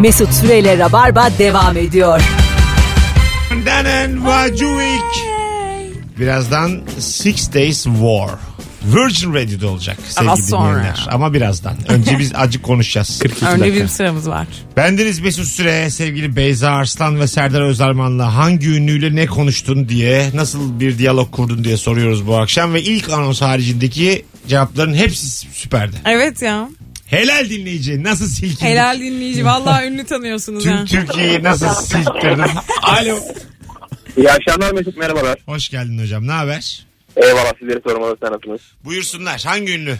Mesut Süreyle Rabarba devam ediyor. Danen Vajuik. Birazdan Six Days War. Virgin Radio'da olacak sevgili Ama sonra. dinleyenler. Ama birazdan. Önce biz acık konuşacağız. Önce bir sıramız var. Bendeniz Mesut Süre, sevgili Beyza Arslan ve Serdar Özarman'la hangi ünlüyle ne konuştun diye, nasıl bir diyalog kurdun diye soruyoruz bu akşam. Ve ilk anons haricindeki cevapların hepsi süperdi. Evet ya. Helal dinleyici nasıl silkindik? Helal dinleyici. Vallahi ünlü tanıyorsunuz ha. Tüm Türkiye'yi nasıl silktirdin? Alo. İyi akşamlar Mesut merhabalar. Hoş geldin hocam. Ne haber? Eyvallah sizleri sormalı sanatınız. Buyursunlar. Hangi ünlü?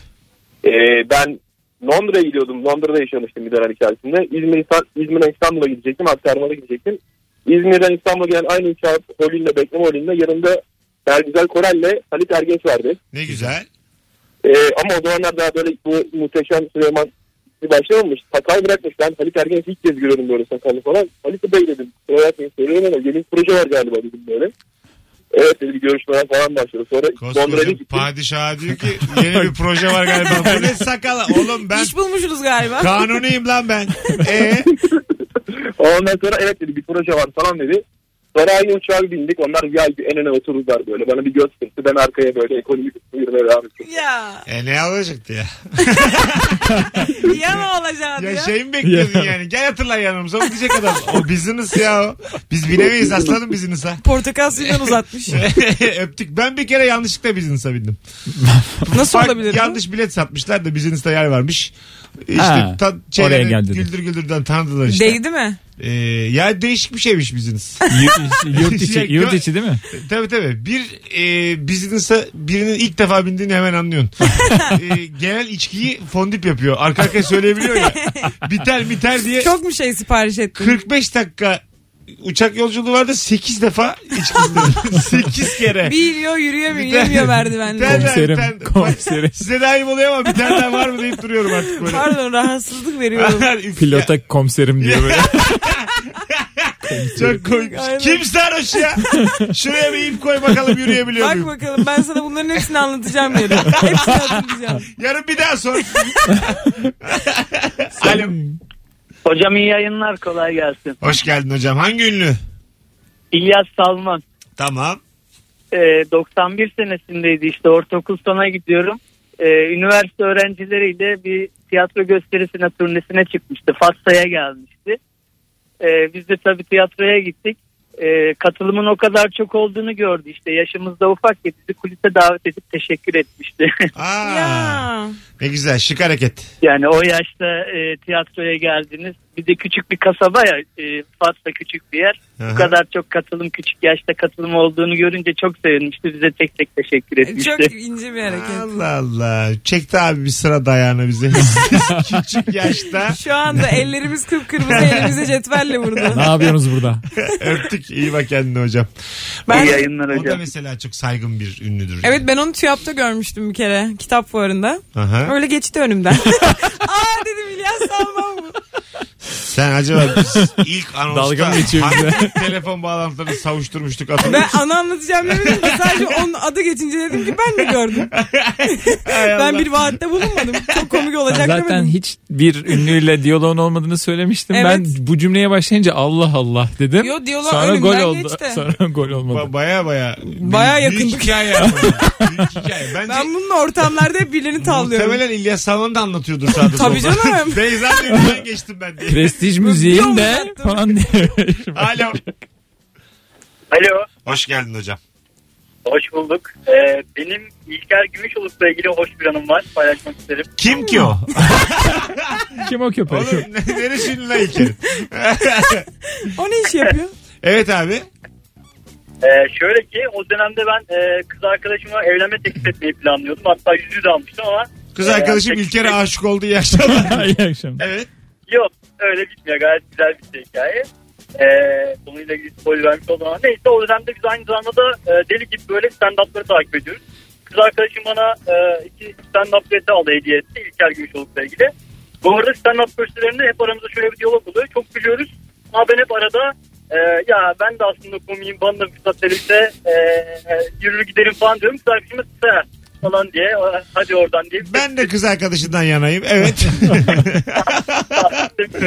Ee, ben Londra'ya gidiyordum. Londra'da yaşamıştım bir dönem içerisinde. İzmir, İsta- İzmir'den İstanbul'a gidecektim. Aktarmalı gidecektim. İzmir'den İstanbul'a gelen aynı uçağı holünde, bekleme holünde yanında Sergüzel Korel'le Halit Ergenç vardı. Ne güzel. Ee, ama o zamanlar daha böyle bu muhteşem Süleyman bir başlamamış. Sakal bırakmış. Ben Halit Ergenç'i ilk kez görüyorum böyle sakallı falan. Halit Bey dedim. Kusura bakmayın söylüyorum ama yeni bir proje var galiba dedim böyle. Evet dedi bir görüşmeler falan başladı. Sonra Londra'ya Koskoca gittim. padişah diyor ki yeni bir proje var galiba. Bu ne sakala? Oğlum ben İş bulmuşsunuz galiba. kanuniyim lan ben. E Ondan sonra evet dedi bir proje var falan dedi. Sonra aynı uçağa bindik. Onlar VIP en öne otururlar böyle. Bana bir göz kırptı. Ben arkaya böyle ekonomik yürümeye devam ettim. Ya. E ne alacaktı ya? Ya ne olacaktı Ya ya? şey mi bekliyordun yani? Gel hatırla yanımıza. O diyecek adam. O business ya o. Biz bilemeyiz aslanım business'a. Portakal suyundan uzatmış. Öptük. Ben bir kere yanlışlıkla business'a bindim. Nasıl Bak, olabilir? bu? yanlış bilet satmışlar da business'ta yer varmış. İşte Ha, ta, oraya şeyleri, gel dedi. güldür güldürden tanıdılar işte. Değdi mi? Ee, ya değişik bir şeymiş business. Yurt, yurt içi, yurt içi değil mi? Tabii tabii. Bir e, business'a birinin ilk defa bindiğini hemen anlıyorsun. e, genel içkiyi fondip yapıyor. Arka arkaya söyleyebiliyor ya. Biter biter diye Çok mu şey sipariş ettin? 45 dakika uçak yolculuğu vardı 8 defa içki istedim. 8 kere. Biliyor yürüyemiyor. Bir tane- Yürümüyor bir tane- merdivende. Komiserim, ben- komiserim. Size de ayıp oluyor ama bir tane daha var mı deyip duruyorum artık böyle. Pardon rahatsızlık veriyorum. Üf ya. Pilota komiserim diyor böyle. Çok koymuş. Aynen. Kim sarhoş ya? Şuraya bir ip koy bakalım yürüyebiliyor Bak muyum? bakalım ben sana bunların hepsini anlatacağım yarın. Hepsini anlatacağım. Yarın bir daha sor. Alo. Hocam iyi yayınlar kolay gelsin. Hoş geldin hocam. Hangi ünlü? İlyas Salman Tamam. e, 91 senesindeydi işte ortaokul sona gidiyorum. E, üniversite öğrencileriyle bir tiyatro gösterisine turnesine çıkmıştı. Fassa'ya gelmişti. E, biz de tabii tiyatroya gittik. E, katılımın o kadar çok olduğunu gördü işte. Yaşımızda ufak ya bizi kulise davet edip teşekkür etmişti. Aa, Ya. Ne güzel şık hareket. yani o yaşta e, tiyatroya geldiniz. Bir de küçük bir kasaba ya e, Fassa küçük bir yer. Aha. Bu kadar çok katılım küçük yaşta katılım olduğunu görünce çok sevinmişti. Bize tek tek teşekkür etmişti. Çok ince bir hareket. Allah Allah. Çekti abi bir sıra dayağını bize. Küçük yaşta Şu anda ellerimiz kıpkırmızı elimize cetvelle ne vurdu. yapıyorsunuz burada? öptük. İyi bak kendine hocam. Ben İyi yayınlar O da hocam. mesela çok saygın bir ünlüdür. Evet ben onu TÜYAP'ta görmüştüm bir kere kitap fuarında. Aha. Öyle geçti önümden. Aa dedim İlyas Salman bu. Sen acaba biz ilk anonsta Dalga mı geçiyor bize? hangi telefon bağlantılarını savuşturmuştuk hatırlıyor Ben musun? ana anlatacağım demedim ki sadece onun adı geçince dedim ki ben de gördüm. Hay Allah. Ben bir vaatte bulunmadım. Çok komik Ben olacak zaten demedim. hiç bir ünlüyle diyaloğun olmadığını söylemiştim. Evet. Ben bu cümleye başlayınca Allah Allah dedim. Yo, diyaloğun Sonra önümden gol oldu. geçti. Sonra gol Ba- olmadı. Baya baya. Baya Büyük yakındık. hikaye. yapalım. Büyük hikaye. Bence Ben bunun ortamlarda hep birilerini tavlıyorum. muhtemelen İlyas Salman da anlatıyordur sadece. Tabii canım. Beyza önünden geçtim ben diye. Prestij müziğin de uzattım. falan diye. şey Alo. Alo. Hoş geldin hocam. Hoş bulduk. Ee, benim İlker Gümüşoluk'la ilgili hoş bir anım var. Paylaşmak isterim. Kim ki o? Kim o köpek? Oğlum ne- neresi ünlü lan İlker'in? O ne iş yapıyor? Evet abi. Ee, şöyle ki o dönemde ben e, kız arkadaşıma evlenme teklif etmeyi planlıyordum. Hatta yüzüğü de almıştım ama Kız e, arkadaşım teklif- İlker'e aşık oldu yaşlandı. İyi akşamlar. evet. Yok öyle bitmiyor. Gayet güzel bir şey, hikaye. Ee, bununla ilgili spoiler vermiş oldum ama neyse o dönemde biz aynı zamanda da e, deli gibi böyle stand-up'ları takip ediyoruz. Kız arkadaşım bana e, iki stand-up bileti aldı hediye etti İlker Gümüşoluk'la ilgili. Bu arada stand-up gösterilerinde hep aramızda şöyle bir diyalog oluyor. Çok gülüyoruz ama ben hep arada e, ya ben de aslında komiyim bana da fırsat verirse e, e, yürür giderim falan diyorum. Kız arkadaşıma "Ha," falan diye "Ha, hadi oradan diye. Ben de kız arkadaşından yanayım. Evet. Biraz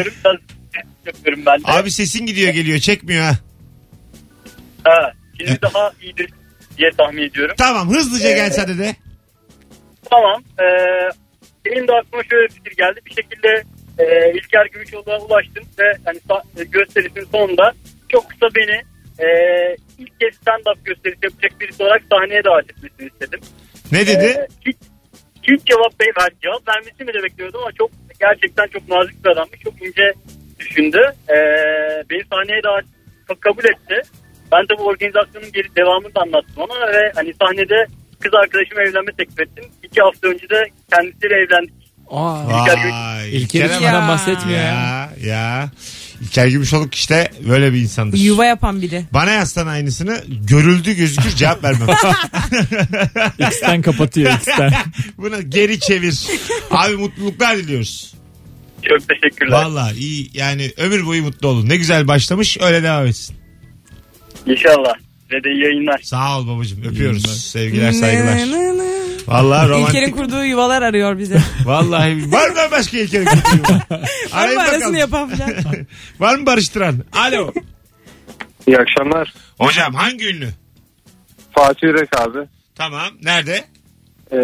yapıyorum ben de. Abi sesin gidiyor geliyor çekmiyor ha. Ha, şimdi daha iyidir diye tahmin ediyorum. Ee, Tamam hızlıca gelse de de. Tamam. Ee, benim de aklıma şöyle bir fikir geldi. Bir şekilde e, İlker Gümüşoğlu'na ulaştım ve hani sa- gösterisinin sonunda çok kısa beni e, ilk kez stand-up gösterisi yapacak birisi olarak sahneye davet etmesini istedim. Ne dedi? Ee, hiç, hiç cevap ver, ver- cevap vermesi mi de bekliyordum ama çok gerçekten çok nazik bir adammış. Çok ince düşündü. Ee, beni sahneye daha çok kabul etti. Ben de bu organizasyonun geri devamını da anlattım ona ve hani sahnede kız arkadaşıma evlenme teklif ettim. İki hafta önce de kendisiyle evlendik. Aa, Vay. İlker İlker hiç ama- bana bahsetmiyor ya. Ya ya. İlker Gümüşoluk işte böyle bir insandır. Yuva yapan biri. Bana yazsan aynısını görüldü gözükür cevap vermem. X'ten kapatıyor X'ten. Bunu geri çevir. Abi mutluluklar diliyoruz. Çok teşekkürler. Valla iyi yani ömür boyu mutlu olun. Ne güzel başlamış öyle devam etsin. İnşallah. Ve de iyi yayınlar. Sağ ol babacığım öpüyoruz. Sevgiler saygılar. Valla İlker'in romantik. kurduğu yuvalar arıyor bize. Vallahi var mı başka İlker'in kurduğu? Arayın Arayın bakalım. arasını yapan falan. Var mı barıştıran? Alo. İyi akşamlar. Hocam hangi ünlü? Fatih Yürek abi. Tamam. Nerede? Ee,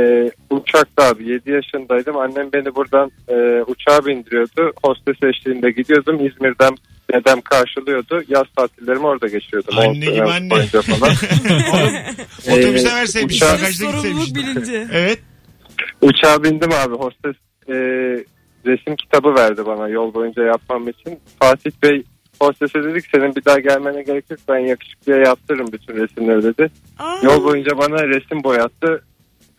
uçakta abi 7 yaşındaydım. Annem beni buradan e, uçağa bindiriyordu. Hostes eşliğinde gidiyordum. İzmir'den dedem karşılıyordu. Yaz tatillerimi orada geçiriyordum. Anne Oldu, gibi yaz anne. boyunca falan. Oğlum otobüse Ee, verseymiş. uçağa- Bagajda Sorumluluk gitseymiş. bilinci. Evet. Uçağa bindim abi. Hostes e, resim kitabı verdi bana yol boyunca yapmam için. Fatih Bey hostese dedik senin bir daha gelmene gerek yok. Ben yakışıklıya yaptırırım bütün resimleri dedi. Aa, Yol boyunca bana resim boyattı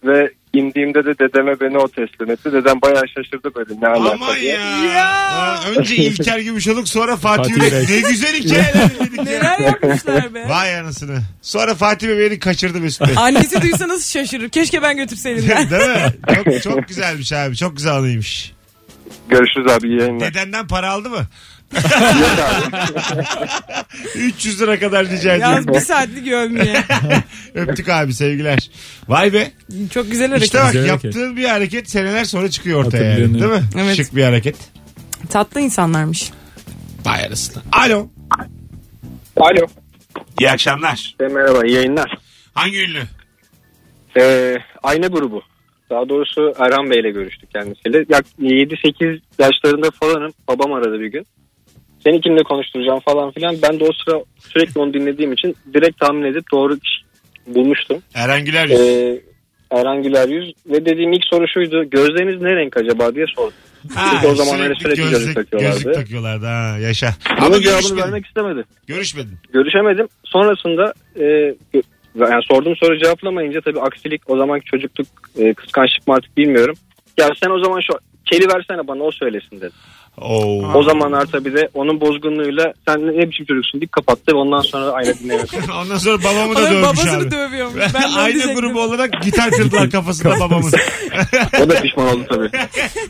ve indiğimde de dedeme beni o teslim etti. Dedem bayağı şaşırdı böyle ne Aman alaka diye. ya. Aa, Önce İlker Gümüşoluk sonra Fatih Fatih Yürek. Yürek. Ne güzel hikayeler dedik ya. Neler yapmışlar be. Vay anasını. Sonra Fatih Bey beni kaçırdı Mesut Bey. Annesi duysa nasıl şaşırır. Keşke ben götürseydim ben. Değil mi? Çok, çok güzelmiş abi. Çok güzel anıymış. Görüşürüz abi iyi yayınlar. Dedenden para aldı mı? Yok abi. 300 lira kadar rica Yalnız ediyorum. bir saatlik gömmeye. Öptük abi sevgiler. Vay be. Çok güzel hareket. İşte bak Güzel hareket. yaptığın bir hareket seneler sonra çıkıyor ortaya yani. Hatırlıyorsun, Değil mi? Evet. Şık bir hareket. Tatlı insanlarmış. Vay anasını. Alo. Alo. E, İyi akşamlar. merhaba iyi yayınlar. Hangi ünlü? Ee, ayna grubu. Daha doğrusu Erhan Bey'le görüştük kendisiyle. Yak 7-8 yaşlarında falanım. Babam aradı bir gün. Seni kimle konuşturacağım falan filan. Ben de o sıra sürekli onu dinlediğim için direkt tahmin edip doğru kişi bulmuştum. Eren Güler yüz. Ee, Erhan Güler Yüz ve dediğim ilk soru şuydu. Gözleriniz ne renk acaba diye sordum. Ha, o zamanlar sürekli sürekli gözlük takıyorlardı. Gözlük takıyorlardı ha yaşa. Ama Bunun cevabını görüşmedin. vermek istemedi. Görüşmedin. Görüşemedim. Sonrasında e, gö- yani sorduğum soru cevaplamayınca tabii aksilik o zamanki çocukluk e, kıskançlık mı artık bilmiyorum. Ya sen o zaman şu keli versene bana o söylesin dedi. Oo. O zamanlar tabii de onun bozgunluğuyla sen ne biçim çocuksun deyip kapattı ve ondan sonra aynı dinlemedim. Ondan sonra babamı da Onun dövmüş babasını abi. dövüyormuş. Ben de onu Aynı diyecektim. grubu olarak gitar kırdılar kafasında babamın. O da pişman oldu tabii. Olur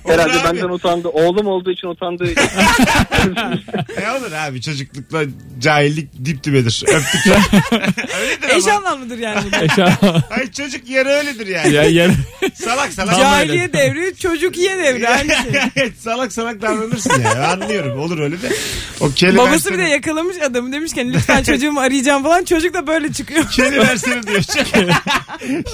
Herhalde abi. benden utandı. Oğlum olduğu için utandı. Ne E olur abi çocuklukla cahillik dip dibedir. Öptük. Öyledir Eş ama. anlamlıdır yani. Eşa- Ay çocuk yarı öyledir yani. ya, ya. Salak salak. Cahiliye devri, çocuk yiye devri. Aynı şey. salak salak davranırsın yani. Anlıyorum. Olur öyle de. O keli Babası versene- bir de yakalamış adamı demişken lütfen çocuğumu arayacağım falan. Çocuk da böyle çıkıyor. Keli versene diyor.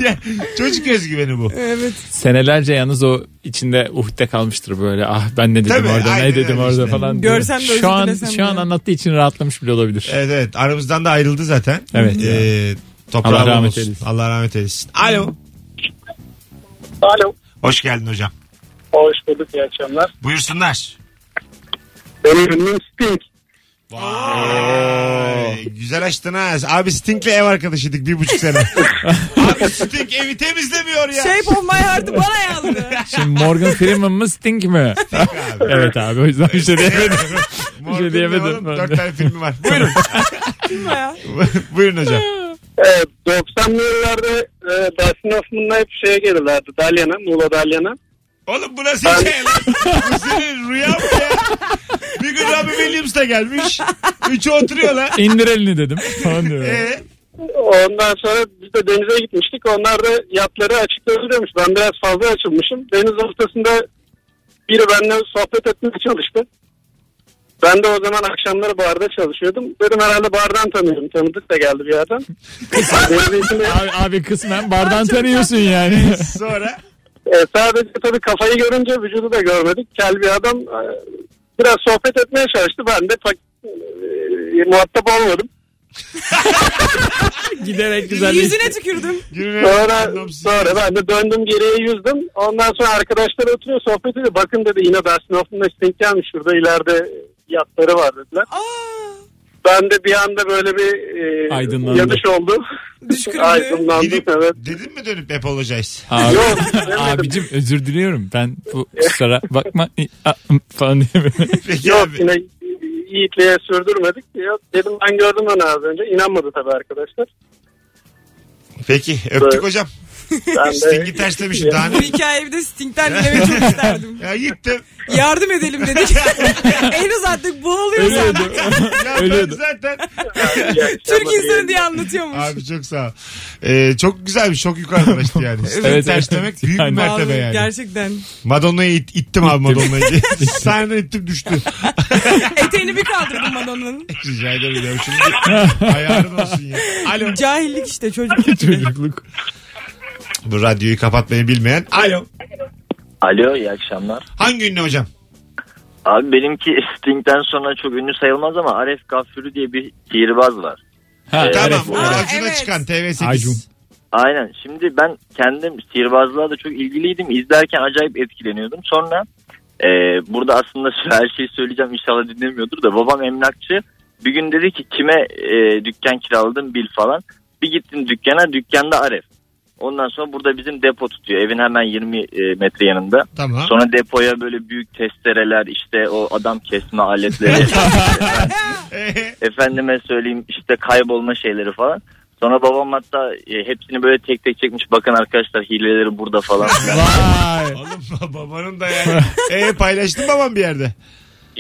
ya, çocuk özgüveni bu. Evet. Senelerce yalnız o içinde uhde kalmıştır böyle. Ah ben ne dedim Tabii, orada aynen ne dedim öyle orada işte. falan. diye. Görsem de özür şu an, dilesem şu an bile. anlattığı için rahatlamış bile olabilir. Evet evet. Aramızdan da ayrıldı zaten. Evet. Ee, toprağı Allah rahmet olsun. eylesin. Allah rahmet eylesin. Alo. Alo. Hoş geldin hocam. Hoş bulduk. iyi akşamlar. Buyursunlar. Benim ünlüm Sting. Vay. Güzel açtın ha. Abi Stink'le ev arkadaşıydık bir buçuk sene. Abi Stink evi temizlemiyor ya. Shape of my heart'ı bana yazdı. Şimdi Morgan Freeman mı Sting mi? Abi. evet abi o yüzden bir şey diyemedim. Morgan şey diyemedim Freeman'ın ben de. Dört tane filmi var. Buyurun. Kim o ya? Buyurun hocam. Evet, 90'lı Ee, yıllarda e, Dustin Hoffman'la hep şeye gelirlerdi. Dalyan'a, Muğla Dalyan'a. Oğlum bu nasıl hikaye lan? Bu senin rüya mı ya? Bir gün Robbie Williams da gelmiş. Üçü oturuyorlar. İndir elini dedim. Falan diyor. Ee, Ondan sonra biz de denize gitmiştik. Onlar da yatları açıkta özürmüş. Ben biraz fazla açılmışım. Deniz ortasında biri benimle sohbet etmeye çalıştı. Ben de o zaman akşamları barda çalışıyordum. Dedim herhalde bardan tanıyorum. Tanıdık da geldi bir yerden. Benim için de- Abi, abi kısmen bardan tanıyorsun yani. Sonra E, sadece tabii kafayı görünce vücudu da görmedik. Kel bir adam e, biraz sohbet etmeye çalıştı. Ben de pek e, muhatap olmadım. Giderek güzelleşti. Yüzüne tükürdüm. gününe Sonra, Anlamsız. sonra ben de döndüm geriye yüzdüm. Ondan sonra arkadaşlar oturuyor sohbet ediyor. Bakın dedi yine Dersin Hoffman'a denk gelmiş. Şurada ileride yatları var dediler. Aa, Ben de bir anda böyle bir e, Aydınlandı. yanış oldu. Düşkünlüğü. Aydınlandım Gidip evet. dedin mi dönüp apologize? Abi, Yok, demedim. abicim özür diliyorum. Ben bu kusura bakma Ah, falan diye böyle. Peki Yok abi. yine yiğitliğe sürdürmedik. Yok, dedim ben gördüm onu az önce. İnanmadı tabii arkadaşlar. Peki öptük Evet. hocam. Ben Sting'i de terslemişim daha ne? Bu hikayeyi bir de Sting'den dinlemek çok isterdim. Hani- Ya gittim. Yardım edelim dedik. Eliniz artık boğuluyoruz. Öyle artık. oldu. Ya ben Öyle de. zaten. Türk insanı diye anlatıyormuş. Abi çok sağ ol. Ee, çok güzelmiş. Çok yukarıdaştı yani. Sting evet. terslemek büyük bir Aynen. mertebe Abi, yani. Gerçekten. Madonna'yı it- ittim abi Madonna'yı. diye. Sahneden ittim düştü. Eteğini bir kaldırdım Madonna'nın. Rica ederim ya. Şimdi ayarın olsun ya. Alo. Cahillik işte çocuk. Çocukluk. Bu radyoyu kapatmayı bilmeyen. Alo. Alo iyi akşamlar. Hangi ünlü hocam? Abi benimki Sting'den sonra çok ünlü sayılmaz ama Aref Gaffürü diye bir sihirbaz var. Ha, Tamam. evet. O Aa, Acun'a evet. çıkan TV8. Acun. Aynen. Şimdi ben kendim sihirbazlığa da çok ilgiliydim. İzlerken acayip etkileniyordum. Sonra e, burada aslında her şeyi söyleyeceğim inşallah dinlemiyordur da babam emlakçı. Bir gün dedi ki kime e, dükkan kiraladın bil falan. Bir gittim dükkana dükkanda Aref. Ondan sonra burada bizim depo tutuyor. Evin hemen 20 e, metre yanında. Tamam. Sonra depoya böyle büyük testereler işte o adam kesme aletleri. Ee, efendime söyleyeyim işte kaybolma şeyleri falan. Sonra babam hatta e, hepsini böyle tek tek çekmiş. Bakın arkadaşlar hileleri burada falan. filan. Vay. oğlum babanın da yani. Ee, paylaştın babam bir yerde.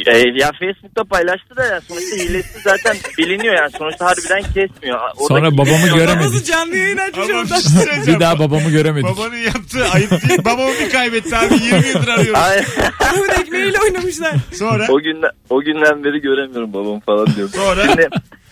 e, ya Facebook'ta paylaştı da ya sonuçta hilesi zaten biliniyor yani. Sonuçta harbiden kesmiyor. Oradaki- Sonra babamı Babası göremedik. canlı yayın açmış Ama bir orada. şey söyleyeceğim. Bir daha babamı göremedik. Babanın yaptığı ayıp değil. Babamı bir kaybetti abi. 20 yıldır arıyorum. Ay, Adamın ekmeğiyle oynamışlar. Sonra. o, günden, o günden beri göremiyorum babamı falan diyorum. Sonra. Şimdi,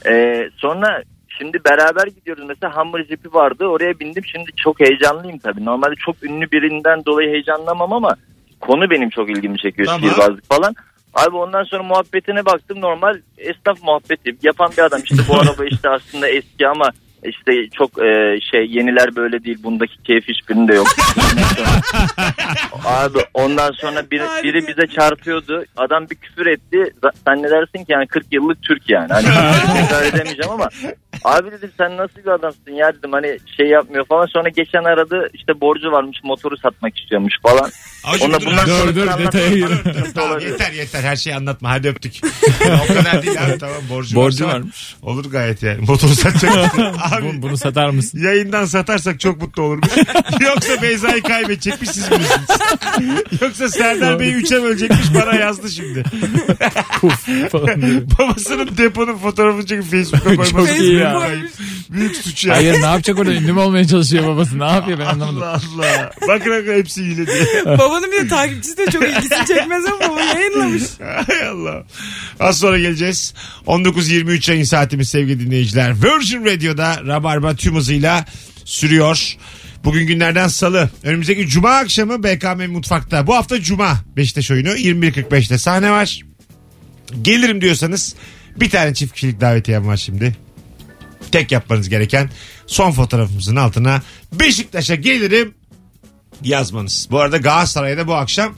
e, sonra şimdi beraber gidiyoruz. Mesela Hummer Jeep'i vardı. Oraya bindim. Şimdi çok heyecanlıyım tabii. Normalde çok ünlü birinden dolayı heyecanlamam ama konu benim çok ilgimi çekiyor. Tamam. Sihirbazlık falan. Abi ondan sonra muhabbetine baktım. Normal esnaf muhabbeti yapan bir adam. İşte bu araba işte aslında eski ama işte çok e, şey yeniler böyle değil. Bundaki keyif hiçbirinde yok. Abi ondan sonra biri, Harika. biri bize çarpıyordu. Adam bir küfür etti. Z- Zannedersin ki yani 40 yıllık Türk yani. Hani tekrar edemeyeceğim ama. Abi dedim sen nasıl bir adamsın ya dedim hani şey yapmıyor falan. Sonra geçen aradı işte borcu varmış motoru satmak istiyormuş falan. Acun Ona dur bunlar abi. Dur dur detaya gir. Tamam, yeter yeter her şeyi anlatma hadi öptük. o kadar değil abi tamam borcu, Borcu varsa varmış. Olur gayet yani motoru satacak. Bu- abi Bunu satar mısın? yayından satarsak çok mutlu olurum. Yoksa Beyza'yı kaybedecekmiş siz bilirsiniz. Yoksa Serdar Bey'i üçe bölecekmiş bana yazdı şimdi. Kuf falan diye. Babasının deponun fotoğrafını çekip Facebook'a koyması. Çok iyi ya. büyük ayıp. Büyük suç ya. Hayır ne yapacak orada ünlü mü olmaya çalışıyor babası ne yapıyor ben anlamadım. Allah Allah. Bakın bakın hepsi hile diye. Babanın bir de takipçisi de çok ilgisini çekmez ama baba yayınlamış. Hay Allah. Az sonra geleceğiz. 19.23 yayın saatimiz sevgili dinleyiciler. Virgin Radio'da Rabarba tüm hızıyla sürüyor. Bugün günlerden salı. Önümüzdeki cuma akşamı BKM Mutfak'ta. Bu hafta cuma Beşiktaş oyunu 21.45'te sahne var. Gelirim diyorsanız bir tane çift kişilik davetiyem var şimdi. Tek yapmanız gereken son fotoğrafımızın altına Beşiktaş'a gelirim yazmanız. Bu arada Galatasaray'da bu akşam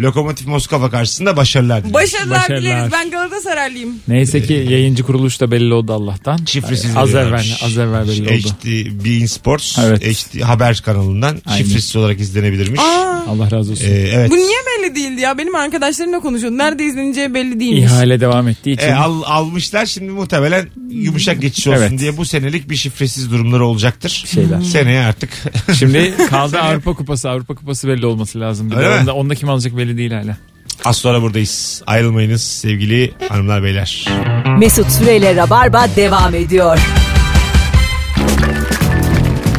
Lokomotiv Moskova karşısında başarılar diliyorum. Başarılar, Başarılar. dileriz. Ben Galatasaraylıyım. Neyse ki yayıncı kuruluş da belli oldu Allah'tan. Şifresiz az evvel, veriyorlarmış. az evvel belli oldu. HD Bein Sports Evet. HD Haber kanalından Aynen. şifresiz olarak izlenebilirmiş. Aa, Allah razı olsun. Ee, evet. bu niye belli değildi ya? Benim arkadaşlarımla konuşuyorum. Nerede izleneceği belli değilmiş. İhale devam ettiği için. E, al- almışlar şimdi muhtemelen yumuşak geçiş olsun Evet. diye bu senelik bir şifresiz durumları olacaktır. Hmm. Şeyler. Seneye artık. Şimdi kaldı Avrupa Kupası. Avrupa Kupası belli olması lazım. Bir de Öyle mi? onda, onda kim alacak belli değil hala. Az sonra buradayız. Ayrılmayınız sevgili hanımlar beyler. Mesut Süreyle Rabarba devam ediyor.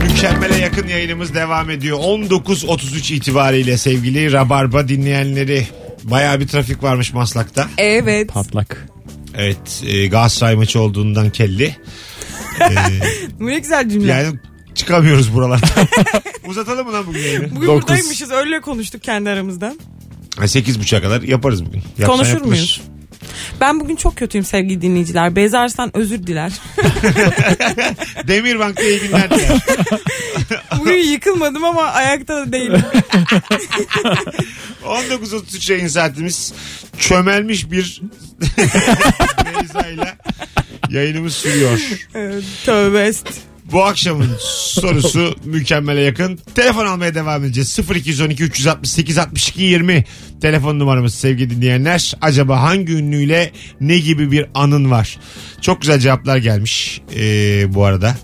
Mükemmele yakın yayınımız devam ediyor. 19.33 itibariyle sevgili Rabarba dinleyenleri. Bayağı bir trafik varmış Maslak'ta. Evet. Patlak. Evet e, Galatasaray maçı olduğundan kelli. E, Bu ne güzel cümle. Yani çıkamıyoruz buralardan. Uzatalım mı lan bugün yayını? Bugün Dokuz. buradaymışız öyle konuştuk kendi aramızda. 8.30'a kadar yaparız bugün. Yapsan Konuşur yapılır. muyuz? Ben bugün çok kötüyüm sevgili dinleyiciler. Bezars'tan özür diler. Demirbank'ta iyi günler diler. Bugün yıkılmadım ama ayakta da değilim. 19.33 yayın saatimiz. Çömelmiş bir Beyza ile yayınımız sürüyor. Evet, Tövbe est. Bu akşamın sorusu mükemmele yakın. Telefon almaya devam edeceğiz. 0212 368 62 20 telefon numaramız sevgili dinleyenler. Acaba hangi ünlüyle ne gibi bir anın var? Çok güzel cevaplar gelmiş ee, bu arada.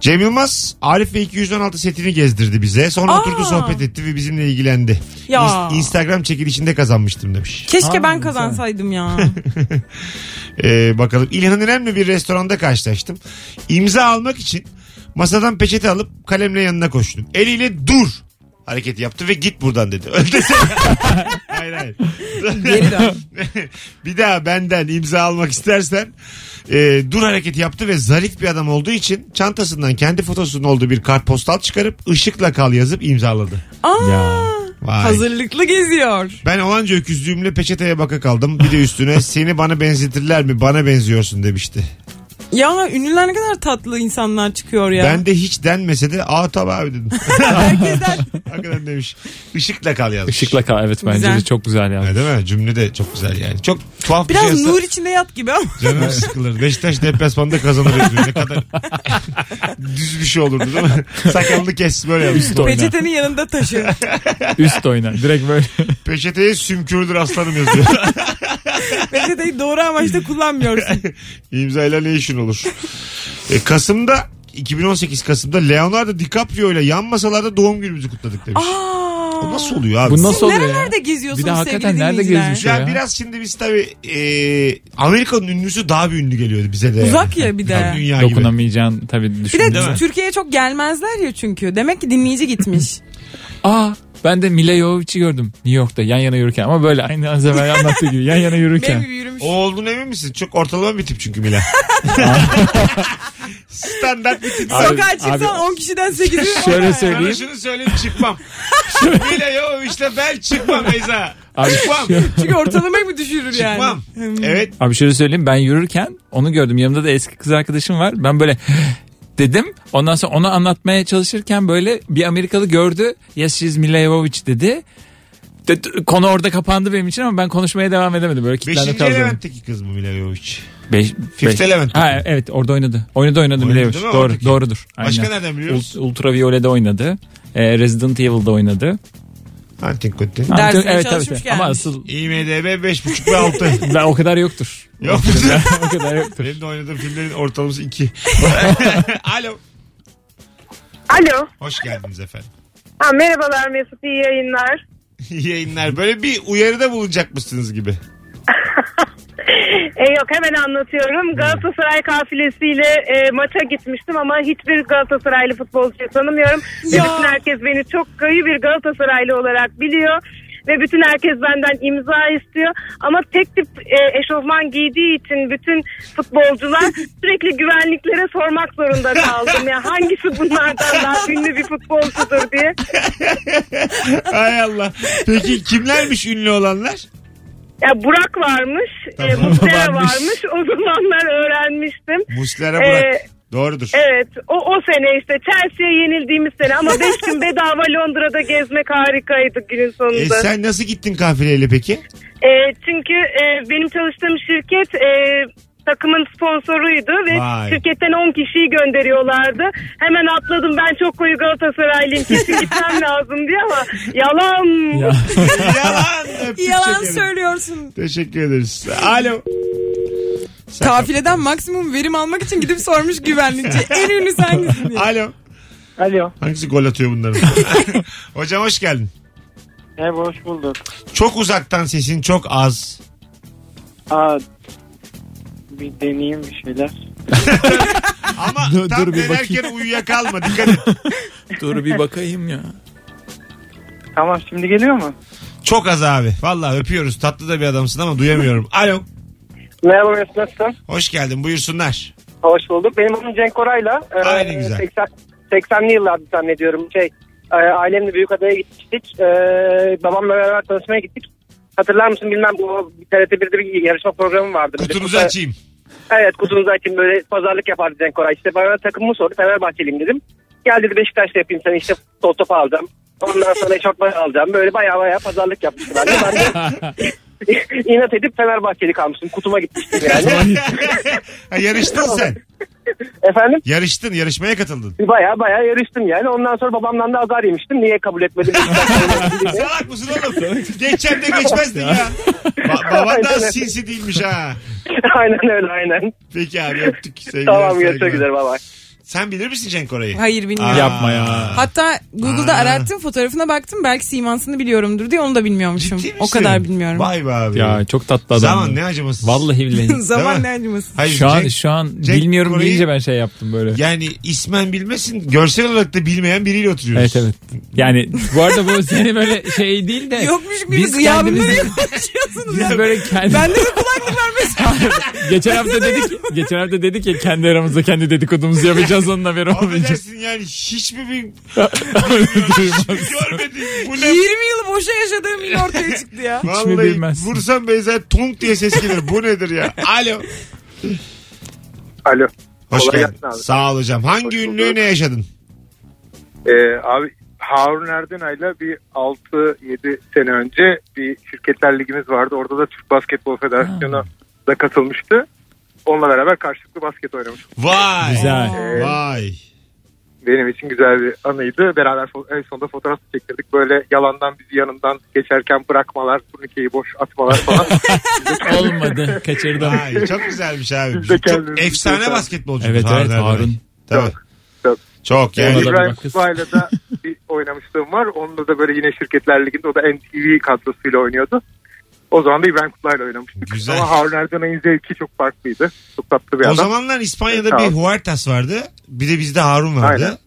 Cem Yılmaz Arif ve 216 setini gezdirdi bize. Sonra Aa. oturdu sohbet etti ve bizimle ilgilendi. Ya. İn- Instagram çekilişinde kazanmıştım demiş. Keşke Aa, ben kazansaydım ya. Ee, bakalım İlhan İrem'le bir restoranda karşılaştım. İmza almak için masadan peçete alıp kalemle yanına koştum. Eliyle dur hareketi yaptı ve git buradan dedi. Öldesene. hayır hayır. Geri dön. bir daha benden imza almak istersen e, dur hareketi yaptı ve zarif bir adam olduğu için çantasından kendi fotosunun olduğu bir kartpostal çıkarıp ışıkla kal yazıp imzaladı. Aa, Ya. Vay. hazırlıklı geziyor. Ben o anca öküzlüğümle peçeteye baka kaldım. Bir de üstüne seni bana benzetirler mi? Bana benziyorsun demişti. Ya ünlüler ne kadar tatlı insanlar çıkıyor ya. Ben de hiç denmese de aa tabii abi dedim. Herkesten Hakikaten demiş. Işıkla kal yazmış. Işıkla kal evet bence Güzel. de çok güzel ya. Ha, değil mi? Cümle de çok güzel yani. Çok tuhaf bir biraz şey yazsa nur içinde yat gibi ama. Canım sıkılır. Beşiktaş deplasmanda kazanır yazıyor. Ne kadar düz bir şey olurdu değil mi? Sakalını kes böyle Üst yapmış. oyna. Peçetenin yanında taşı. Üst oyna. Direkt böyle. Peçeteye sümkürdür aslanım yazıyor. Peçeteyi doğru amaçta kullanmıyorsun. İmzayla ne işin olur? E, Kasım'da 2018 Kasım'da Leonardo DiCaprio ile yan masalarda doğum günümüzü kutladık demiş. Aa. Bu nasıl oluyor abi? Bu nasıl oluyor ya? Nerelerde geziyorsunuz Bir de hakikaten sevgili nerede dinleyiciler? gezmiş? Ya ya? biraz şimdi biz tabii e, Amerika'nın ünlüsü daha bir ünlü geliyordu bize de. yani. Uzak ya bir de. Tam dünya gibi. Dokunamayacağın tabii Bir de düşündüm. Türkiye'ye çok gelmezler ya çünkü. Demek ki dinleyici gitmiş. Aa ben de Mila Jovovich'i gördüm New York'ta yan yana yürürken ama böyle aynı az evvel anlattığı gibi yan yana Benim yürürken. gibi yürümüş. O olduğunu emin misin? Çok ortalama bir tip çünkü Mila. Standart bir tip. Abi- Sokağa çıksan abi- 10 kişiden 8'i Şöyle Sana söyleyeyim. şunu söyleyeyim çıkmam. Mila yo işte ben çıkmam Beyza. Abi, Çıkmam. şöyle- Çünkü ortalamayı mı düşürür yani? Hmm. Çıkmam. Evet. Abi şöyle söyleyeyim ben yürürken onu gördüm. Yanımda da eski kız arkadaşım var. Ben böyle dedim. Ondan sonra onu anlatmaya çalışırken böyle bir Amerikalı gördü. Yes she's Mila Jovovich dedi. De- Konu orada kapandı benim için ama ben konuşmaya devam edemedim. Böyle kilitlenip Beşinci kaldım. elementteki kız mı Mila Jovovich? Beş, Fifth Element. Ha, evet orada oynadı. Oynadı oynadı Mila değil Jovovich. mi Doğru, oradaki? doğrudur. Aynen. Başka nereden biliyoruz? Ult- Ultraviole'de oynadı. Ee, Resident Evil'da oynadı. Antin Kutin. Dersine Antin- evet, tabii, çalışmış tabii. gelmiş. Ama asıl IMDB 5.5 ve 6. ben o kadar yoktur. Yok. o kadar yoktur. Benim de oynadığım filmlerin ortalaması 2. Alo. Alo. Hoş geldiniz efendim. Ha, merhabalar Mesut iyi yayınlar. İyi yayınlar. Böyle bir uyarıda bulunacakmışsınız gibi. E, yok hemen anlatıyorum. Galatasaray kafilesiyle e, maça gitmiştim ama hiçbir Galatasaraylı futbolcuyu tanımıyorum. Ve Ya. bütün herkes beni çok gayı bir Galatasaraylı olarak biliyor. Ve bütün herkes benden imza istiyor. Ama tek tip e, eşofman giydiği için bütün futbolcular sürekli güvenliklere sormak zorunda kaldım. Ya hangisi bunlardan daha ünlü bir futbolcudur diye. Hay Allah. Peki kimlermiş ünlü olanlar? Ya Burak varmış, e, Tamam. Muslera Varmış. varmış. O zamanlar öğrenmiştim. Muslera Burak. Ee, Doğrudur. Evet, o o sene işte Chelsea'ye yenildiğimiz sene ama 5 gün bedava Londra'da gezmek harikaydı günün E, sonunda. sen nasıl gittin kafileyle peki? E, çünkü e, benim çalıştığım şirket e, takımın sponsoruydu ve Vay. şirketten 10 kişiyi gönderiyorlardı. Hemen atladım ben çok koyu Galatasaraylıyım kesin gitmem lazım diye ama yalan. Ya. Yalan. öptük Yalan şekerim. söylüyorsun. Teşekkür ederiz. Alo. Sen- Kafileden maksimum verim almak için gidip sormuş güvenlikçi. en ünlü sensin diye. Alo. Alo. Hangisi gol atıyor bunların? Hocam hoş geldin. Merhaba hoş bulduk. Çok uzaktan sesin çok az. Aa, bir deneyeyim bir şeyler. Ama Dur- tam dur bir denerken uyuyakalma. Dikkat et. Dur bir bakayım ya. Tamam şimdi geliyor mu? Çok Çok az abi. Vallahi öpüyoruz. Tatlı da bir adamsın ama duyamıyorum. Alo. Merhaba Mesut nasılsın? Hoş geldin. Buyursunlar. Hoş bulduk. Benim adım Cenk Koray'la. e, Ay, ne güzel. 80, 80'li yıllardı zannediyorum. Şey, e, ailemle Büyükada'ya gitmiştik. E, babamla beraber tanışmaya gittik. Hatırlar mısın bilmem bu TRT 1'de bir yarışma programı vardı. Böyle Kutunuzu kutu- açayım. Evet kutunuzu açın böyle pazarlık yapardı Cenk Koray. İşte bana takımımı sordu Fenerbahçeliyim dedim. Gel dedi Beşiktaş'ta yapayım seni işte sol topu alacağım. Ondan sonra eşofman alacağım. Böyle baya baya pazarlık yapmıştılar. Ben de inat edip Fenerbahçeli kalmıştım. Kutuma gitmiştim yani. Ha, yarıştın sen. Efendim Yarıştın. Yarışmaya katıldın. baya baya yarıştım yani. Ondan sonra babamdan da azar yemiştim. Niye kabul etmedi? Salak mısın oğlum? Geçeceğim de geçmezdin ya. Ba- baban da sinsi değilmiş ha. aynen öyle aynen. Peki abi öptük. Sevgiler, Tamam saygılar. görüşmek üzere baba. Sen bilir misin Cenk orayı? Hayır bilmiyorum. Yapma ya. Hatta Google'da Aa. arattım fotoğrafına baktım belki simansını biliyorumdur diye onu da bilmiyormuşum. Ciddi O misin? kadar bilmiyorum. Vay be abi. Ya çok tatlı adam. Zaman ne acımasız. Vallahi billahi. Zaman ne Değil acımasız. Hayır, şu an Cenk- şu an Cenk bilmiyorum Koray'ı- deyince ben şey yaptım böyle. Yani ismen bilmesin görsel olarak da bilmeyen biriyle oturuyoruz. Evet evet. Yani bu arada bu seni böyle şey değil de Yokmuş gibi Biz gıyabında kendimizi- niye konuşuyorsunuz ya? biz böyle kendi Bende mi kulaklık var mesela? geçen hafta dedik geçen hafta dedik ya kendi aramızda kendi dedikodumuzu yapacağız onunla haberi olmayacak. Affedersin yani hiçbir bir Duymaz. görmedim. Bu ne? 20 yılı boşa yaşadığım yıl ortaya çıktı ya. mi Vallahi bilmezsin? vursam Beyza tonk diye ses gelir. Bu nedir ya? Alo. Alo. Hoş Kolay geldin. gelsin abi. Sağ ol hocam. Hangi Hoş ünlü bulduk. ne yaşadın? Ee, abi Harun Erdenay'la bir 6-7 sene önce bir şirketler ligimiz vardı. Orada da Türk Basketbol Federasyonu da katılmıştı. Onunla beraber karşılıklı basket oynamıştık. Vay. Güzel. Vay. Benim için güzel bir anıydı. Beraber fo- en sonunda fotoğraf da çektirdik. Böyle yalandan bizi yanından geçerken bırakmalar, turnikeyi boş atmalar falan. Olmadı. Kaçırdım. Vay. Çok güzelmiş abi. Biz de Çok, kendimizi efsane seviyoruz. basketbolcu. Evet evet Erdenay. Harun. Tabii. Çok, çok. Çok yani. Ona da- İbrahim bak kız. Kutbay'la da bir oynamışlığım var. Onunla da böyle yine Şirketler Ligi'nde o da NTV kadrosuyla oynuyordu. O zaman da İbrahim Kutbay'la oynamıştık. Güzel. Ama Harun Erdenay'ın zevki çok farklıydı. Çok tatlı bir O adam. zamanlar İspanya'da Sağ ol. bir Huertas vardı. Bir de bizde Harun vardı. Aynen.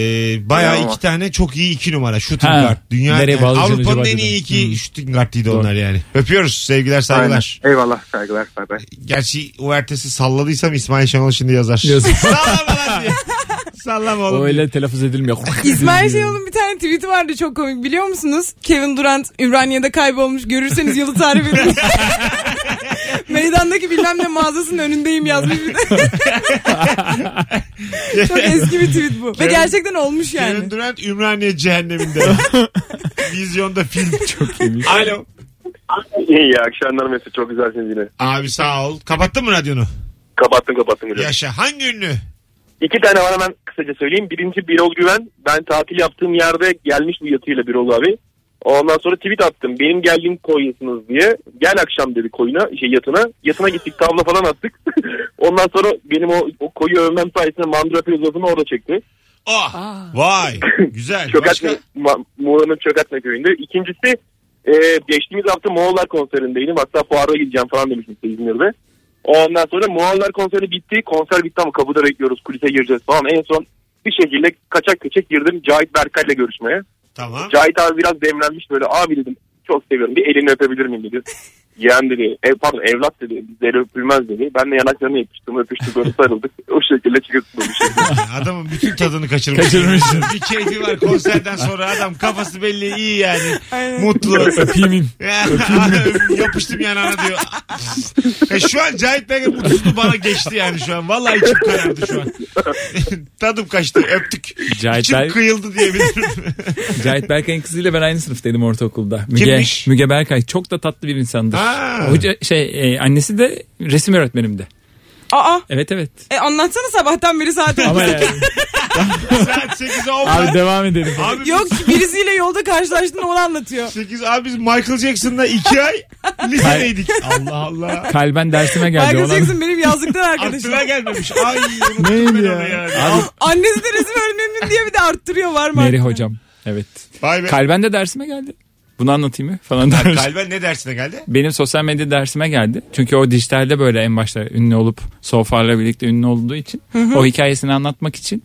Ee, bayağı Bravo. iki tane çok iyi iki numara shooting Ha. guard. Dünya, Nereye yani bağlayacaksın Avrupa'nın acaba en iyi dedim. iki Hmm. shooting guardıydı onlar yani. Öpüyoruz sevgiler Aynen. saygılar. Eyvallah saygılar. Bay bay. Gerçi Huertas'ı salladıysam İsmail Şenol şimdi yazar. Yazar. Sallama lan diye. Sallama oğlum. O öyle telaffuz edilmiyor. İsmail Şeyol'un bir tane tweet'i vardı çok komik biliyor musunuz? Kevin Durant Ümraniye'de kaybolmuş görürseniz yolu tarif edin. Meydandaki bilmem ne mağazasının önündeyim yazmış bir de. çok eski bir tweet bu. Ve gerçekten olmuş yani. Kevin Durant Ümraniye cehenneminde. Vizyonda film. Çok iyiymiş. Alo. İyi akşamlar Mesut çok güzelsiniz yine. Abi sağ ol. Kapattın mı radyonu? Kapattın kapattın hocam. Yaşa. Hangi ünlü? İki tane var hemen kısaca söyleyeyim. Birinci Birol Güven. Ben tatil yaptığım yerde gelmiş bu yatıyla Birol abi. Ondan sonra tweet attım. Benim geldiğim koyusunuz diye. Gel akşam dedi koyuna, şey yatına. Yatına gittik tavla falan attık. Ondan sonra benim o, o koyu övmem sayesinde mandıra filozofunu orada çekti. Oh. Vay. Güzel. Çökertme, Başka? Ma- Muğla'nın Çökertme köyünde. İkincisi e, geçtiğimiz hafta Moğollar konserindeydim. Hatta fuara gideceğim falan demiştim size İzmir'de. Ondan sonra Moğollar konseri bitti. Konser bitti ama kapıda bekliyoruz. Kulise gireceğiz falan. En son bir şekilde kaçak kaçak girdim Cahit Berkay'la görüşmeye. Tamam. Cahit abi biraz demlenmiş böyle. Abi dedim çok seviyorum. Bir elini öpebilir miyim dedi. Yeğen dedi. Ev, pardon evlat dedi. Bizde el öpülmez dedi. Ben de yanaklarını yapıştım. Öpüştük böyle sarıldık. o şekilde çıkıp buluştuk. Adamın bütün tadını kaçırmış. Kaçırmışsın. bir keyfi var konserden sonra adam kafası belli iyi yani. Aynen. Mutlu. Öpeyim. Yapıştım yanağına diyor. e şu an Cahit Bey'in mutsuzluğu bana geçti yani şu an. Vallahi içim karardı şu an. Tadım kaçtı öptük. Cahit içim Bey- kıyıldı diyebilirim. Cahit Berkay'ın kızıyla ben aynı sınıftaydım ortaokulda. Müge, Kimmiş? Müge Berkay çok da tatlı bir insandır. Ha. Hoca şey e, annesi de resim öğretmenimdi. Aa Evet evet. e anlatsana sabahtan beri saat oldu. Ama yani, Saat 8'e 10 var. abi devam edelim. Abi biz- Yok birisiyle yolda karşılaştın onu anlatıyor. 8 abi biz Michael Jackson'la 2 ay lisedeydik. Allah Allah. Kalben dersime geldi. Michael Olan- Jackson benim yazlıktan arkadaşım. Aklına gelmemiş. Ay unuttum ben Neydi onu ya? yani. Abi, Annesi de resim öğretmenim diye bir de arttırıyor var mı? Meri hocam. Evet. Vay be. Kalben de dersime geldi. Bunu anlatayım mı? Falan dermiş. Kalben ne dersine geldi? Benim sosyal medya dersime geldi. Çünkü o dijitalde böyle en başta ünlü olup sofalarla birlikte ünlü olduğu için o hikayesini anlatmak için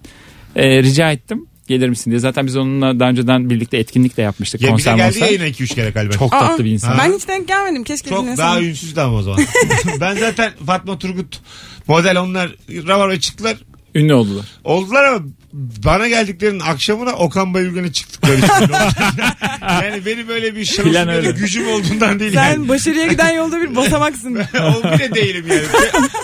e, rica ettim. gelir misin diye. Zaten biz onunla daha önceden birlikte etkinlik de yapmıştık. Ya bize konser geldi monser. yayına 2-3 kere galiba. Çok Aa, tatlı bir insan. Ben hiç denk gelmedim. Keşke Çok dinlesem. daha ünsüz de ama o zaman. ben zaten Fatma Turgut model onlar Ravar çıktılar. Ünlü oldular. Oldular ama bana geldiklerinin akşamına Okan Bayülgen'e çıktıkları için. yani benim öyle bir Plan şansım ya da öyle. gücüm olduğundan değil Sen yani. başarıya giden yolda bir basamaksın. o bile değilim yani.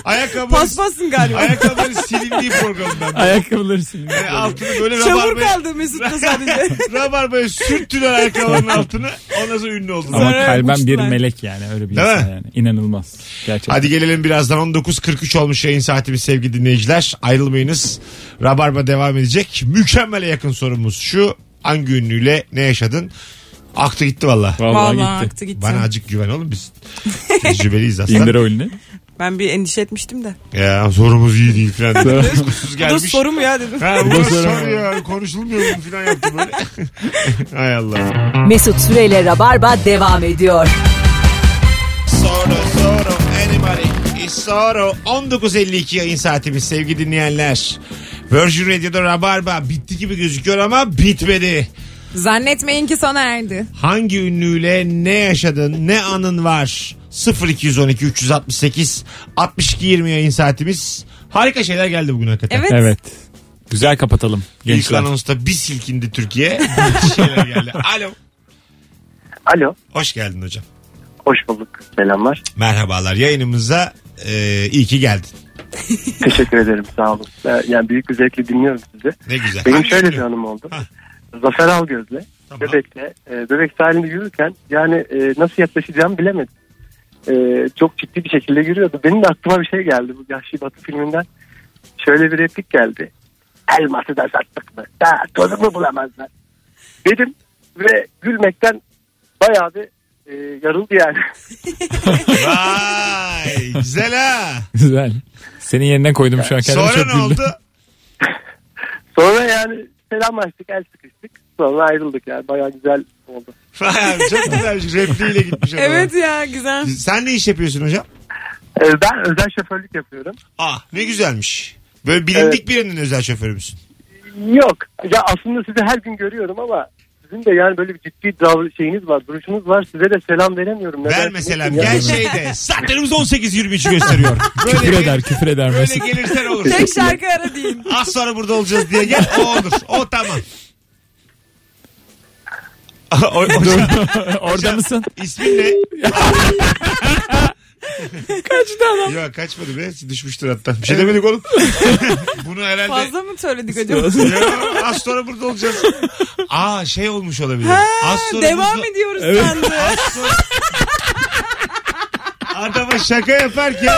Ayakkabı Paspassın galiba. Ayakkabıları silindiği programdan. Ayakkabıları silmiş. Yani altını böyle Çamur rabarbaya, kaldı Mesut'la sadece. rabarbaya sürttüler ayakkabının altını. Ondan sonra ünlü oldular. Ama Sonra kalben bir uçtular. melek yani öyle bir Değil insan mi? yani. İnanılmaz. Gerçekten. Hadi gelelim birazdan 19.43 olmuş yayın saatimiz sevgili dinleyiciler. Ayrılmayınız. Rabarba devam edecek. Mükemmele yakın sorumuz şu. Hangi ünlüyle ne yaşadın? Aktı gitti valla. Vallahi, Vallahi gitti. aktı gitti. Bana acık güven oğlum biz. Tecrübeliyiz İndir aslında. o ünlü. Ben bir endişe etmiştim de. ya sorumuz iyi değil falan. dedi. Kusuz Bu da gelmiş. soru mu ya dedim. Ha, bu Bu da soru soru mu? ya. Konuşulmuyor mu falan yaptı böyle. Hay Allah. Mesut Süreyle Rabarba devam ediyor. Soru soru anybody is soru. 19.52 yayın saatimiz sevgili dinleyenler. Virgin Radio'da Rabarba bitti gibi gözüküyor ama bitmedi. Zannetmeyin ki sona erdi. Hangi ünlüyle ne yaşadın ne anın var? 0212 368 62 20 yayın saatimiz. Harika şeyler geldi bugün hakikaten. Evet. Evet. Güzel kapatalım İlk gençler. anonsta bir silkindi Türkiye. Bir şeyler geldi. Alo. Alo. Hoş geldin hocam. Hoş bulduk. Selamlar. Merhabalar yayınımıza e, iyi ki geldin. Teşekkür ederim. Sağ olun. Ee, Yani büyük bir zevkle dinliyorum sizi. Ne güzel. Benim Hangi şöyle ünlü? bir anım oldu. Hah. Zafer Algöz'le Tamam. Bebek'te e, Bebek sahilinde yürürken yani e, nasıl yaklaşacağımı bilemedim. E, çok ciddi bir şekilde yürüyordu. Benim de aklıma bir şey geldi bu Yahşi Batı filminden. Şöyle bir replik geldi. Elması da sattık mı? Daha tozu mu bulamazlar? Dedim ve gülmekten bayağı bir e, yarıldı yani. Vay güzel ha. Güzel. Senin yerine koydum şu an kendimi Sonra çok ne güldüm. oldu? Sonra yani selamlaştık, el sıkıştık. Sonra ayrıldık yani bayağı güzel oldu. Vay abi, çok güzel repliğiyle gitmiş adam. Evet ya güzel. Sen ne iş yapıyorsun hocam? E, ben özel şoförlük yapıyorum. Ah ne güzelmiş. Böyle bilindik birinin özel şoförü müsün? Yok. Ya aslında sizi her gün görüyorum ama sizin de yani böyle bir ciddi davranış şeyiniz var, duruşunuz var. Size de selam veremiyorum. Neden? Ver mesela Bilmiyorum. gel şeyde saatlerimiz 18-23 gösteriyor. Küfür eder küfür eder. Böyle Mesut. gelirsen olur. Tek şarkı ara değil. Az sonra burada olacağız diye gel o olur. O tamam. o, hocam, Orada mısın? ismin ne? Kaçtı adam. Yok kaçmadı be düşmüştür hatta. Bir şey demedik oğlum. Bunu herhalde Fazla mı söyledik acaba? Ya, az sonra burada olacağız. Aa şey olmuş olabilir. az Ha, sonra devam burada- ediyoruz sandım. Az sonra... Adama şaka yaparken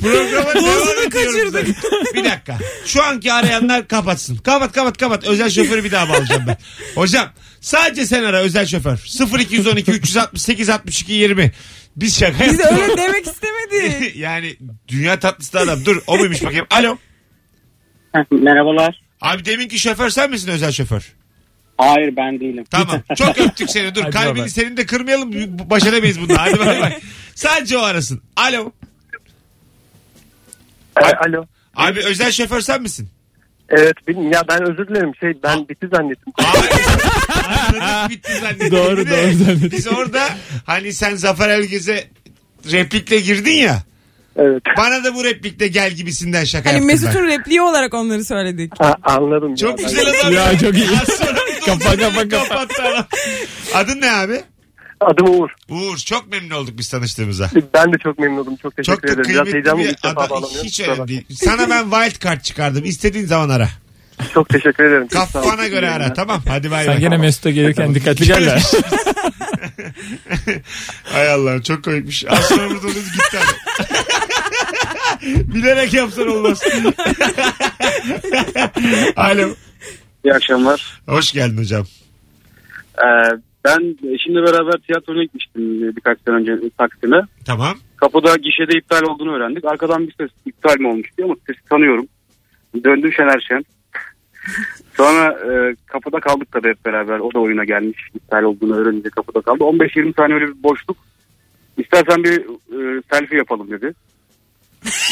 programa devam ediyoruz. kaçırdık. Bir dakika. Şu anki arayanlar kapatsın. Kapat kapat kapat. Özel şoförü bir daha bağlayacağım ben. Hocam sadece sen ara özel şoför. 0212 368 62 20. Biz şaka Biz yaptık. öyle demek istemedik. yani dünya tatlısı da adam. Dur o muymuş bakayım. Alo. Merhabalar. Abi deminki şoför sen misin özel şoför? Hayır ben değilim. Tamam. Çok öptük seni. Dur Hadi kalbini bay bay. senin de kırmayalım. Baş edemeyiz bunu. Hadi bay bay. Sadece o arasın. Alo. Alo. Abi özel şoför sen misin? Evet bilmiyorum. Ya ben özür dilerim. Şey ben bitti zannettim. Abi. Anladık, bitti zannettik. Doğru, Bir de doğru zannettik. Biz orada hani sen Zafer Elgez'e replikle girdin ya. Evet. Bana da bu replikle gel gibisinden şaka Hani yaptım ben. Mesut'un repliği olarak onları söyledik. Ha, anladım. Çok ya. güzel adam. Ya, çok iyi. Az sonra biz Kapa, onu kapa, kapa. kapattı adam. Adın ne abi? Adım Uğur. Uğur çok memnun olduk biz tanıştığımıza. Ben de çok memnun oldum. Çok teşekkür Çok da ederim. Biraz kıymetli heyecanlı bir ilk defa adam. bağlanıyorum. Hiç Kusura öyle bakma. değil. Sana ben wild card çıkardım. İstediğin zaman ara. Çok teşekkür ederim. Çok sağ olun. Kafana göre ara tamam hadi bay bay. Sen gene Mesut'a gelirken dikkatli gel de. Hay Allah çok komikmiş. Az sonra burada oluyoruz gitti adam. Bilerek yapsan olmaz. Alo. İyi akşamlar. Hoş geldin hocam. Ee, ben eşimle beraber tiyatroya gitmiştim birkaç sene önce Taksim'e. Tamam. Kapıda gişede iptal olduğunu öğrendik. Arkadan bir ses iptal mi olmuş diye ama sesi tanıyorum. Döndüm Şener Şen. Sonra e, kapıda kaldık tabii hep beraber. O da oyuna gelmiş. İptal olduğunu öğrenince kapıda kaldı. 15-20 saniye öyle bir boşluk. İstersen bir e, selfie yapalım dedi.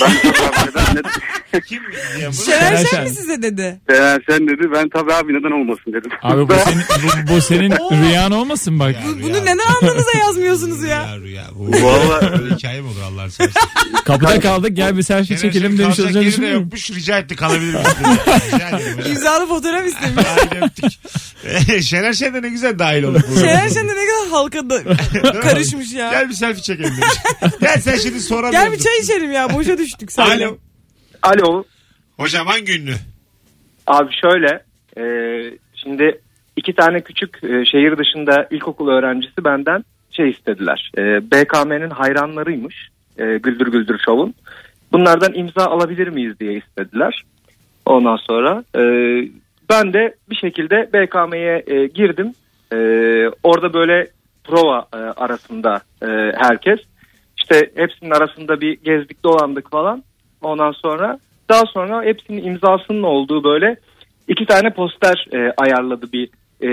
Ben de çok rahatsız eden ne- Kim diye bunu? Şener Şener Şen Şen. mi size dedi? Eğer sen dedi ben tabii abi neden olmasın dedim. Abi bu senin, bu, bu senin rüyan olmasın bak. Ya, Bu- rüya. Bunu neden alnınıza yazmıyorsunuz ya? Ya rüya. Bu, Vallahi böyle hikaye mi olur Allah'ın seversen? Kapıda kaldık gel bir selfie Şener Şen çekelim demiş şey kalacak olacağını yeri de düşünmüyorum. yokmuş rica etti kalabilir misin? diye. Rica ederim hocam. İmzalı fotoğraf istemiş. Hadi öptük. Şener Şen de ne güzel dahil olur. bu. Şener Şen de ne kadar halka da karışmış ya. Gel bir selfie çekelim demiş. Gel sen şimdi sonra. Gel bir çay içelim ya. Boşa düştük senle. Alo. Alo Hocam hangi ünlü? abi şöyle e, şimdi iki tane küçük e, şehir dışında ilkokul öğrencisi benden şey istediler. E, BKM'nin hayranlarıymış e, Güldür Güldür Show'un. Bunlardan imza alabilir miyiz diye istediler. Ondan sonra e, ben de bir şekilde BKM'ye e, girdim. E, orada böyle prova e, arasında e, herkes. İşte hepsinin arasında bir gezdik dolandık falan. Ondan sonra daha sonra hepsinin imzasının olduğu böyle iki tane poster e, ayarladı bir e,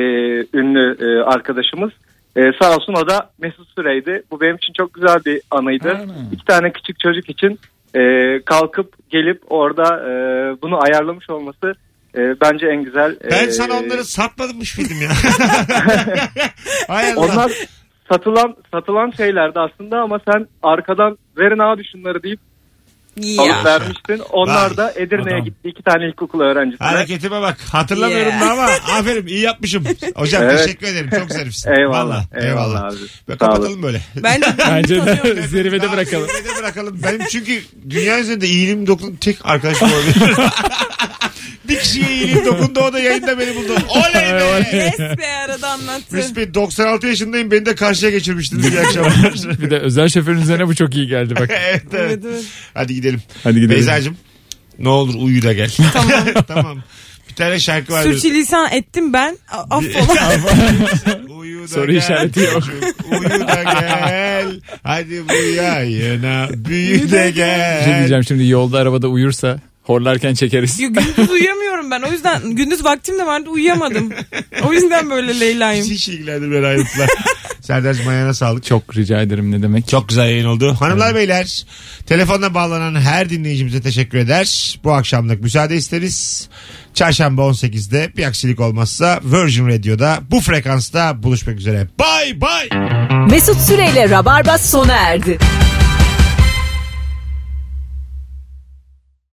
ünlü e, arkadaşımız. E, sağ olsun o da Mesut Süre'ydi. Bu benim için çok güzel bir anıydı. Ana. İki tane küçük çocuk için e, kalkıp gelip orada e, bunu ayarlamış olması e, bence en güzel. e, Ben sana onları satmamış mıydım ya? Hay Allah. onlar satılan satılan şeylerdi aslında ama sen arkadan verin abi şunları deyip Ya. alıp vermiştin. Onlar Vay, da Edirne'ye adam. gitti iki tane ilkokul öğrencisine. Hareketime bak. Hatırlamıyorum Yeah. da ama aferin iyi yapmışım. Hocam Evet. teşekkür ederim. Çok zarifsin. Eyvallah. Vallahi, Eyvallah abi. Ve Sağ olun. kapatalım böyle. Bence Bence de tanıyorum. zirvede Daha bırakalım. Zirvede bırakalım. Benim çünkü dünya üzerinde iyiliğim dokun tek arkadaşım olabilir. bir kişiye iyiliğim dokundu o da yayında beni buldu. Oley be. Yes be arada anlattın. Mesut Bey 96 yaşındayım beni de karşıya geçirmiştiniz. İyi akşamlar. Bir de özel şoförün üzerine bu çok iyi geldi bak. evet, evet. Evet, evet. Hadi gidelim. Hadi gidelim. Beyza'cığım ne olur uyu da gel. tamam. tamam. Bir tane şarkı var. Sürçülisan ettim ben. A- Affola. Uyu da Soru gel. işareti yok. Uyu da gel. Hadi bu yayına büyü de Bir şey gel. diyeceğim şimdi yolda arabada uyursa horlarken çekeriz. Yo, gündüz uyuyamıyorum ben. O yüzden gündüz vaktim de vardı uyuyamadım. O yüzden böyle Leyla'yım. Hiç ilgilendirmeyen ayrıntılar. Serdar'cığım ayağına sağlık. Çok rica ederim ne demek. Çok güzel yayın oldu. Hanımlar beyler telefonla bağlanan her dinleyicimize teşekkür eder. Bu akşamlık müsaade isteriz. Çarşamba 18'de bir aksilik olmazsa Virgin Radio'da bu frekansta buluşmak üzere. Bay bay. Mesut Süreyle Rabarba sona erdi.